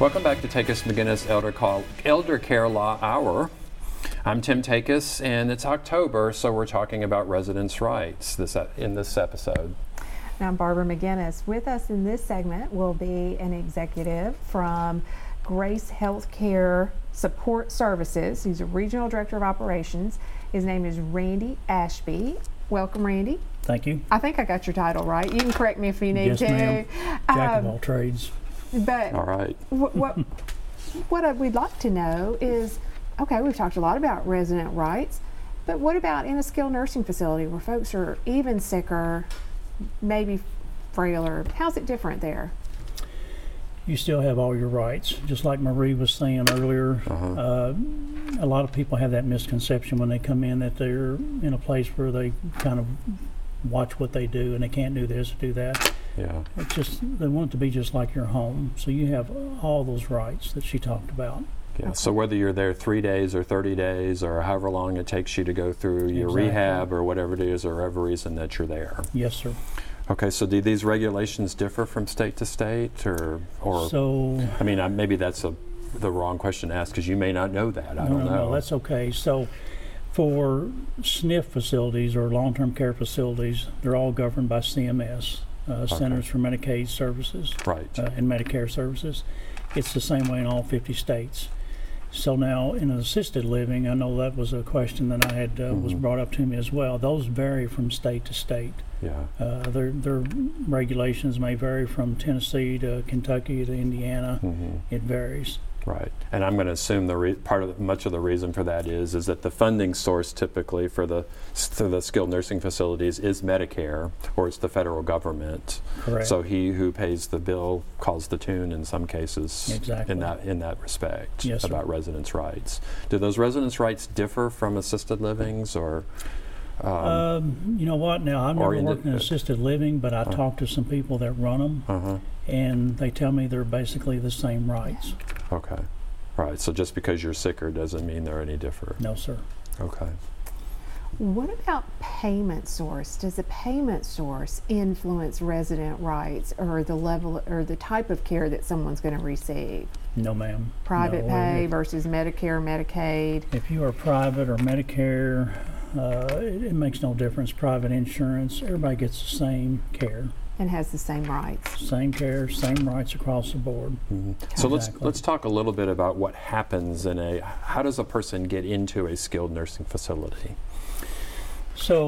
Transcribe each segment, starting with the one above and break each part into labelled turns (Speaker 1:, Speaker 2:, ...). Speaker 1: Welcome back to Takus McGinnis Elder, Call, Elder Care Law Hour. I'm Tim Takus, and it's October, so we're talking about residents' rights this, e- in this episode.
Speaker 2: And I'm Barbara McGinnis. With us in this segment will be an executive from Grace Healthcare Support Services. He's a regional director of operations. His name is Randy Ashby. Welcome, Randy.
Speaker 3: Thank you.
Speaker 2: I think I got your title right. You can correct me if you need
Speaker 3: Yes,
Speaker 2: to.
Speaker 3: ma'am. Jack of
Speaker 2: Um,
Speaker 3: all trades.
Speaker 2: but
Speaker 1: All right.
Speaker 2: what what, what I- we'd like to know is, okay, we've talked a lot about resident rights, but what about in a skilled nursing facility where folks are even sicker, maybe frailer? How's it different there?
Speaker 3: You still have all your rights. Just like Marie was saying earlier, uh, a lot of people have that misconception when they come in that they're in a place where they kind of watch what they do and they can't do this, do that.
Speaker 1: Yeah.
Speaker 3: It's just, they want it to be just like your home. So you have all those rights that she talked about.
Speaker 1: Yeah. So whether you're there three days or 30 days or however long it takes you to go through your
Speaker 3: Exactly.
Speaker 1: rehab or whatever it is or whatever reason that you're there.
Speaker 3: Yes, sir.
Speaker 1: Okay. So do these regulations differ from state to state or, or
Speaker 3: So
Speaker 1: I mean, I, maybe that's a, the wrong question to ask because you may not know that. I
Speaker 3: no,
Speaker 1: don't
Speaker 3: no,
Speaker 1: know.
Speaker 3: No, that's okay. So, for SNF facilities or long-term care facilities, they're all governed by CMS, uh, Centers for Medicaid Services
Speaker 1: right.
Speaker 3: uh, and Medicare Services. It's the same way in all 50 states. So now, in assisted living, I know that was a question that I had uh,
Speaker 1: Mm-hmm.
Speaker 3: was brought up to me as well. Those vary from state to state.
Speaker 1: yeah.
Speaker 3: Uh, their their regulations may vary from Tennessee to Kentucky to Indiana.
Speaker 1: Mm-hmm.
Speaker 3: It varies.
Speaker 1: Right, and I'm going to assume the re- part of much of the reason for that is is that the funding source typically for the for the skilled nursing facilities is Medicare or it's the federal government.
Speaker 3: Correct.
Speaker 1: So he who pays the bill calls the tune in some cases.
Speaker 3: Exactly.
Speaker 1: In that in that respect
Speaker 3: Yes, sir.
Speaker 1: about residents' rights. Do those residents' rights differ from assisted livings or? Um,
Speaker 3: Um, you know what? Now I've never
Speaker 1: oriented- uh,
Speaker 3: worked in assisted living, but I talked to some people that run them,
Speaker 1: uh-huh.
Speaker 3: and they tell me they're basically the same rights.
Speaker 1: Okay. Right. So just because you're sicker doesn't mean they're any differ.
Speaker 3: No, sir.
Speaker 1: Okay.
Speaker 2: What about payment source? Does the payment source influence resident rights or the level or the type of care that someone's going to receive?
Speaker 3: No, ma'am.
Speaker 2: Private
Speaker 3: No,
Speaker 2: pay
Speaker 3: If,
Speaker 2: versus Medicare, Medicaid.
Speaker 3: if you are private or Medicare, uh, it, it makes no difference. Private insurance, everybody gets the same care,
Speaker 2: and has the same rights.
Speaker 3: same care, same rights across the board.
Speaker 1: So let's
Speaker 3: Exactly.
Speaker 1: let's talk a little bit about what happens in a how does a person get into a skilled nursing facility?
Speaker 3: So,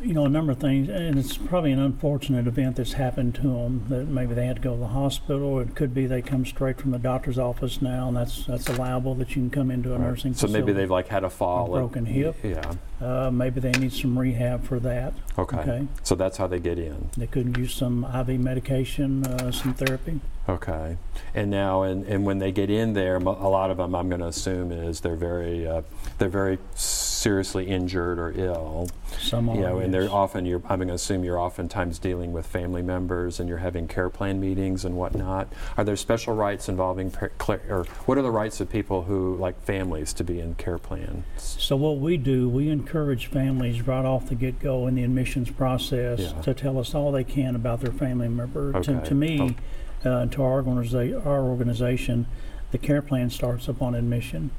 Speaker 3: you know, a number of things, and it's probably an unfortunate event that's happened to them. That maybe they had to go to the hospital. It could be they come straight from the doctor's office now, and that's that's allowable that you can come into a nursing
Speaker 1: So
Speaker 3: facility.
Speaker 1: maybe they've like had a fall,
Speaker 3: A broken hip.
Speaker 1: Yeah.
Speaker 3: uh, maybe they need some rehab for that.
Speaker 1: Okay.
Speaker 3: Okay.
Speaker 1: So that's how they get in.
Speaker 3: They could use some IV medication, uh, some therapy.
Speaker 1: Okay. And now and, and when they get in there, mo- a lot of them I'm going to assume is they're very uh, they're very seriously injured or ill.
Speaker 3: Some
Speaker 1: you know,
Speaker 3: are,
Speaker 1: and they're
Speaker 3: Oh, yes.
Speaker 1: often you're I'm going to assume you're oftentimes dealing with family members and you're having care plan meetings and whatnot. Are there special rights involving per, cl- or what are the rights of people who like families to be in care plans?
Speaker 3: So what we do, we encourage families right off the get-go in the admissions process
Speaker 1: Yeah.
Speaker 3: to tell us all they can about their family member. To,
Speaker 1: Okay. Oh.
Speaker 3: to me, uh, and to our, organiza- our organization, the care plan starts upon admission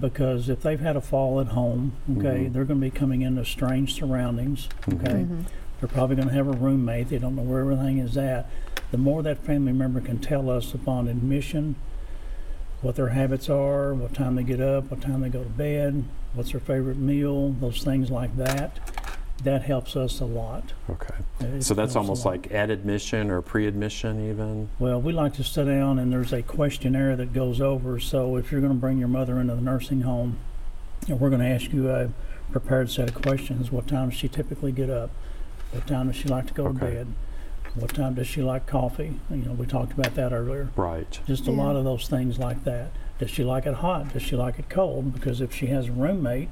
Speaker 3: because if they've had a fall at home, okay,
Speaker 1: Mm-hmm.
Speaker 3: they're going to be coming into strange surroundings. Okay,
Speaker 2: Mm-hmm.
Speaker 3: they're probably going to have a roommate. They don't know where everything is at. The more that family member can tell us upon admission, what their habits are, what time they get up, what time they go to bed, what's their favorite meal, those things like that. That helps us a lot.
Speaker 1: Okay.
Speaker 3: It
Speaker 1: So
Speaker 3: helps
Speaker 1: that's
Speaker 3: a
Speaker 1: almost
Speaker 3: lot.
Speaker 1: like at admission or pre-admission even.
Speaker 3: Well, we like to sit down and there's a questionnaire that goes over. So if you're going to bring your mother into the nursing home, and we're going to ask you a prepared set of questions. What time does she typically get up? What time does she like to go to
Speaker 1: Okay.
Speaker 3: bed? What time does she like coffee? You know, we talked about that earlier.
Speaker 1: Right.
Speaker 3: Just a
Speaker 2: Yeah.
Speaker 3: lot of those things like that. Does she like it hot? Does she like it cold? Because if she has a roommate,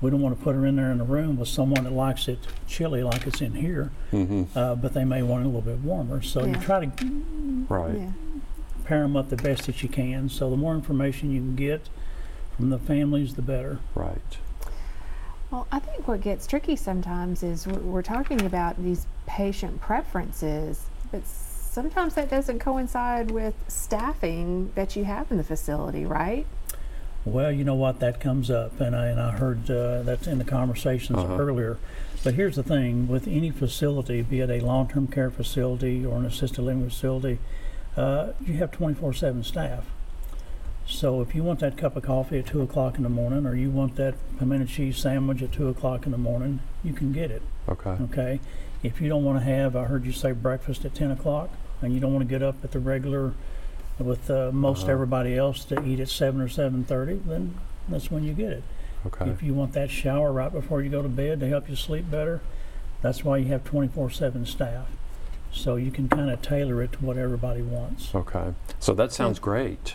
Speaker 3: we don't want to put her in there in a room with someone that likes it chilly like it's in here,
Speaker 1: Mm-hmm.
Speaker 3: uh, but they may want it a little bit warmer. So
Speaker 2: Yeah.
Speaker 3: you try to Mm-hmm.
Speaker 1: Right.
Speaker 2: Yeah.
Speaker 3: pair them up the best that you can. So the more information you can get from the families, the better.
Speaker 1: Right.
Speaker 2: Well, I think what gets tricky sometimes is we're, we're talking about these patient preferences, but sometimes that doesn't coincide with staffing that you have in the facility, right?
Speaker 3: Well, you know what? That comes up, and I, and I heard uh, that's in the conversations
Speaker 1: Uh-huh.
Speaker 3: earlier. But here's the thing with any facility, be it a long term care facility or an assisted living facility, uh, you have 24 7 staff. So if you want that cup of coffee at 2 o'clock in the morning, or you want that pimento cheese sandwich at 2 o'clock in the morning, you can get it,
Speaker 1: Okay.
Speaker 3: okay? If you don't want to have, I heard you say breakfast at 10 o'clock, and you don't want to get up at the regular with uh, most
Speaker 1: Uh-huh.
Speaker 3: everybody else to eat at 7 or 7.30 then that's when you get it
Speaker 1: Okay.
Speaker 3: if you want that shower right before you go to bed to help you sleep better that's why you have 24-7 staff so you can kind of tailor it to what everybody wants
Speaker 1: Okay. So that sounds great.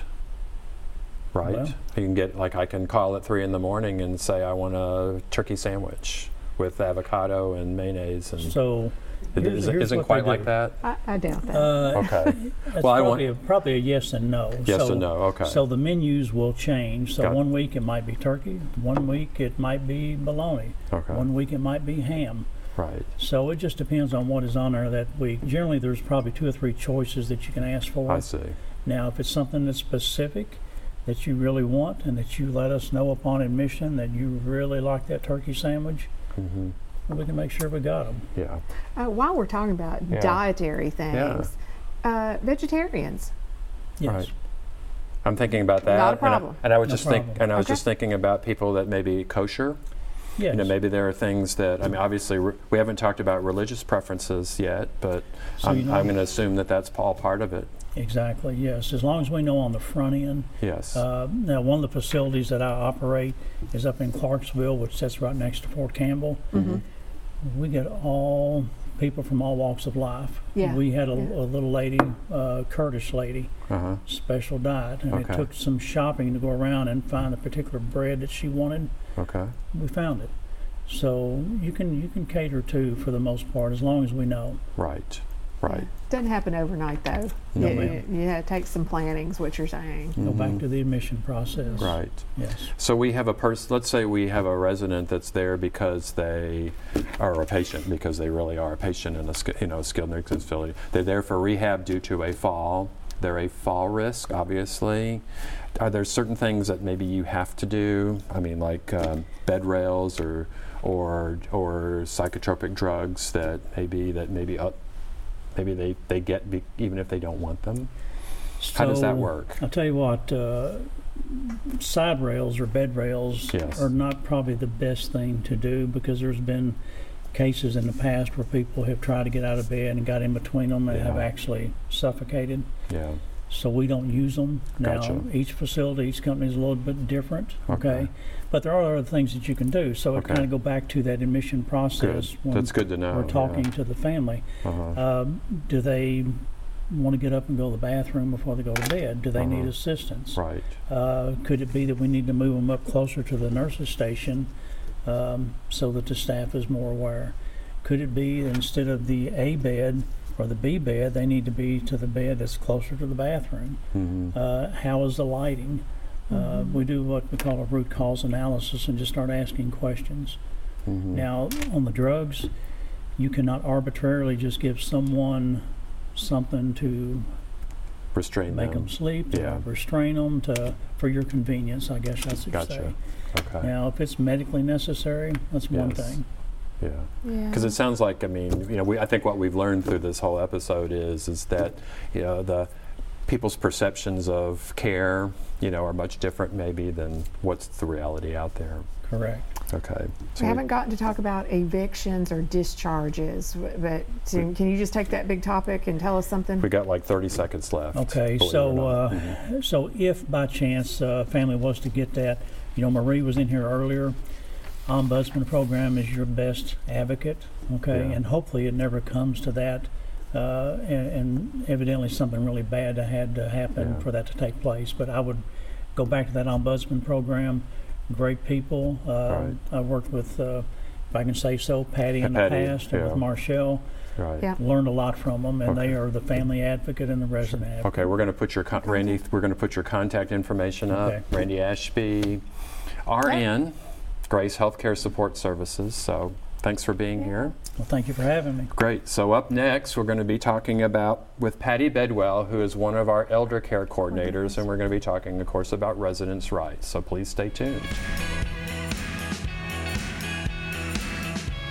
Speaker 1: Right?
Speaker 3: Well-
Speaker 1: you can get, like, I can call at three in the morning and say, I want a turkey sandwich with avocado and mayonnaise. And
Speaker 3: so
Speaker 1: it
Speaker 3: here's-
Speaker 1: isn't,
Speaker 3: here's
Speaker 1: isn't
Speaker 3: what they
Speaker 1: quite like
Speaker 3: do.
Speaker 1: that.
Speaker 2: I, I doubt that.
Speaker 3: uh,
Speaker 1: Okay.
Speaker 3: that's
Speaker 1: Well, I want-
Speaker 3: probably, a, probably a yes and no
Speaker 1: yes
Speaker 3: so,
Speaker 1: and no. Okay.
Speaker 3: so the menus will change so
Speaker 1: Got it.
Speaker 3: one week it might be turkey one week it might be bologna
Speaker 1: okay.
Speaker 3: one week it might be ham
Speaker 1: right.
Speaker 3: So it just depends on what is on there that week. Generally, there's probably two or three choices that you can ask
Speaker 1: I
Speaker 3: for.
Speaker 1: see.
Speaker 3: Now, if it's something that's specific that you really want and that you let us know upon admission that you really like that turkey sandwich,
Speaker 1: hmm
Speaker 3: we can make sure we got them.
Speaker 1: Yeah.
Speaker 2: Uh, while we're talking about
Speaker 1: Yeah.
Speaker 2: dietary things, uh, vegetarians.
Speaker 3: Yes.
Speaker 1: Right. I'm thinking about that.
Speaker 2: Not a
Speaker 1: and I-
Speaker 2: problem.
Speaker 1: And I, was
Speaker 3: No
Speaker 1: just think,
Speaker 3: problem.
Speaker 1: and I was
Speaker 2: Okay.
Speaker 1: just thinking about people that may be kosher.
Speaker 3: Yes.
Speaker 1: You know, maybe there are things that I mean. Obviously, re- we haven't talked about religious preferences yet, but
Speaker 3: So
Speaker 1: I'm,
Speaker 3: you know-
Speaker 1: I'm going to assume that that's all part of it.
Speaker 3: exactly. Yes. As long as we know on the front end.
Speaker 1: Yes.
Speaker 3: Uh, now, one of the facilities that I operate is up in Clarksville, which sits right next to Fort Campbell.
Speaker 2: Mm-hmm.
Speaker 1: Mhm.
Speaker 3: We get all people from all walks of life.
Speaker 2: Yeah,
Speaker 3: We had a,
Speaker 2: yeah.
Speaker 3: a little lady, uh, Kurdish lady,
Speaker 1: Uh-huh.
Speaker 3: special diet, and
Speaker 1: Okay.
Speaker 3: it took some shopping to go around and find the particular bread that she wanted.
Speaker 1: Okay.
Speaker 3: We found it. So you can you can cater to for the most part as long as we know.
Speaker 1: Right. Right.
Speaker 2: Doesn't happen overnight though.
Speaker 1: No,
Speaker 2: yeah,
Speaker 3: ma'am.
Speaker 2: yeah, it takes some planning, is what you're saying.
Speaker 3: Go back
Speaker 1: Mhm.
Speaker 3: to the admission process.
Speaker 1: Right.
Speaker 3: Yes.
Speaker 1: So we have a person. Let's say we have a resident that's there because they are a patient, because they really are a patient in a sk- you know skilled nursing facility. They're there for rehab due to a fall. They're a fall risk, obviously. Are there certain things that maybe you have to do? I mean, like um, bed rails or or or psychotropic drugs that maybe that maybe up. Maybe they, they get be, even if they don't want them. How does that
Speaker 3: So,
Speaker 1: work?
Speaker 3: I'll tell you what, uh, side rails or bed rails
Speaker 1: Yes.
Speaker 3: are not probably the best thing to do because there's been cases in the past where people have tried to get out of bed and got in between them and have
Speaker 1: Yeah.
Speaker 3: actually suffocated.
Speaker 1: Yeah.
Speaker 3: So we don't use them.
Speaker 1: Gotcha.
Speaker 3: Now, each facility, each company is a little bit different, okay?
Speaker 1: Okay.
Speaker 3: But there are other things that you can do. So it
Speaker 1: Okay.
Speaker 3: kind of go back to that admission
Speaker 1: Good.
Speaker 3: process when
Speaker 1: That's good to know.
Speaker 3: we're
Speaker 1: yeah.
Speaker 3: talking to the family.
Speaker 1: Uh-huh.
Speaker 3: Um, do they want to get up and go to the bathroom before they go to bed? Do they need
Speaker 1: Uh-huh.
Speaker 3: assistance?
Speaker 1: Right.
Speaker 3: Uh, could it be that we need to move them up closer to the nurse's station um, so that the staff is more aware? Could it be instead of the A bed or the B bed, they need to be to the bed that's closer to the bathroom?
Speaker 1: hmm
Speaker 3: Uh, how is the lighting? Uh,
Speaker 1: Mm-hmm.
Speaker 3: we do what we call a root cause analysis and just start asking questions.
Speaker 1: Mhm.
Speaker 3: Now, on the drugs, you cannot arbitrarily just give someone something to
Speaker 1: restrain
Speaker 3: make
Speaker 1: them.
Speaker 3: them sleep,
Speaker 1: Yeah.
Speaker 3: to restrain them, to for your convenience. I guess I should
Speaker 1: Gotcha.
Speaker 3: say.
Speaker 1: Okay.
Speaker 3: Now, if it's medically necessary, that's one
Speaker 1: Yes.
Speaker 3: thing.
Speaker 1: Yeah.
Speaker 2: Yeah.
Speaker 1: Because it sounds like I mean, you know, we, I think what we've learned through this whole episode is is that you know the people's perceptions of care, you know, are much different maybe than what's the reality out there.
Speaker 3: Correct.
Speaker 1: Okay.
Speaker 2: we
Speaker 1: we-
Speaker 2: haven't gotten to talk about evictions or discharges, w- but Tim, can you just take that big topic and tell us something?
Speaker 1: we got like 30 seconds left.
Speaker 3: Okay,
Speaker 1: believe it or
Speaker 3: so,
Speaker 1: not.
Speaker 3: uh,
Speaker 1: Mhm.
Speaker 3: So, if by chance a family was to get that, you know, Marie was in here earlier. Ombudsman program is your best advocate, okay,
Speaker 1: Yeah.
Speaker 3: and hopefully it never comes to that. Uh, and, and evidently something really bad had to happen
Speaker 1: Yeah.
Speaker 3: for that to take place. But I would go back to that ombudsman program. Great people. Uh,
Speaker 1: Right.
Speaker 3: I worked with, uh, if I can say so, Patty in
Speaker 1: Patty,
Speaker 3: the past and
Speaker 1: yeah.
Speaker 3: with Marshall.
Speaker 1: right.
Speaker 2: yeah.
Speaker 3: Learned a lot from them, and
Speaker 1: Okay.
Speaker 3: they are the family advocate and the resident advocate.
Speaker 1: Okay, we're going to put your con- Randy. We're going to put your contact information up.
Speaker 3: Okay.
Speaker 1: Randy Ashby, RN, Grace Healthcare Support Services. So Thanks for being here.
Speaker 3: Well, thank you for having me.
Speaker 1: Great. So up next, we're going to be talking about with Patty Bedwell, who is one of our elder care coordinators, and we're going to be talking, of course, about residents' rights. So please stay tuned.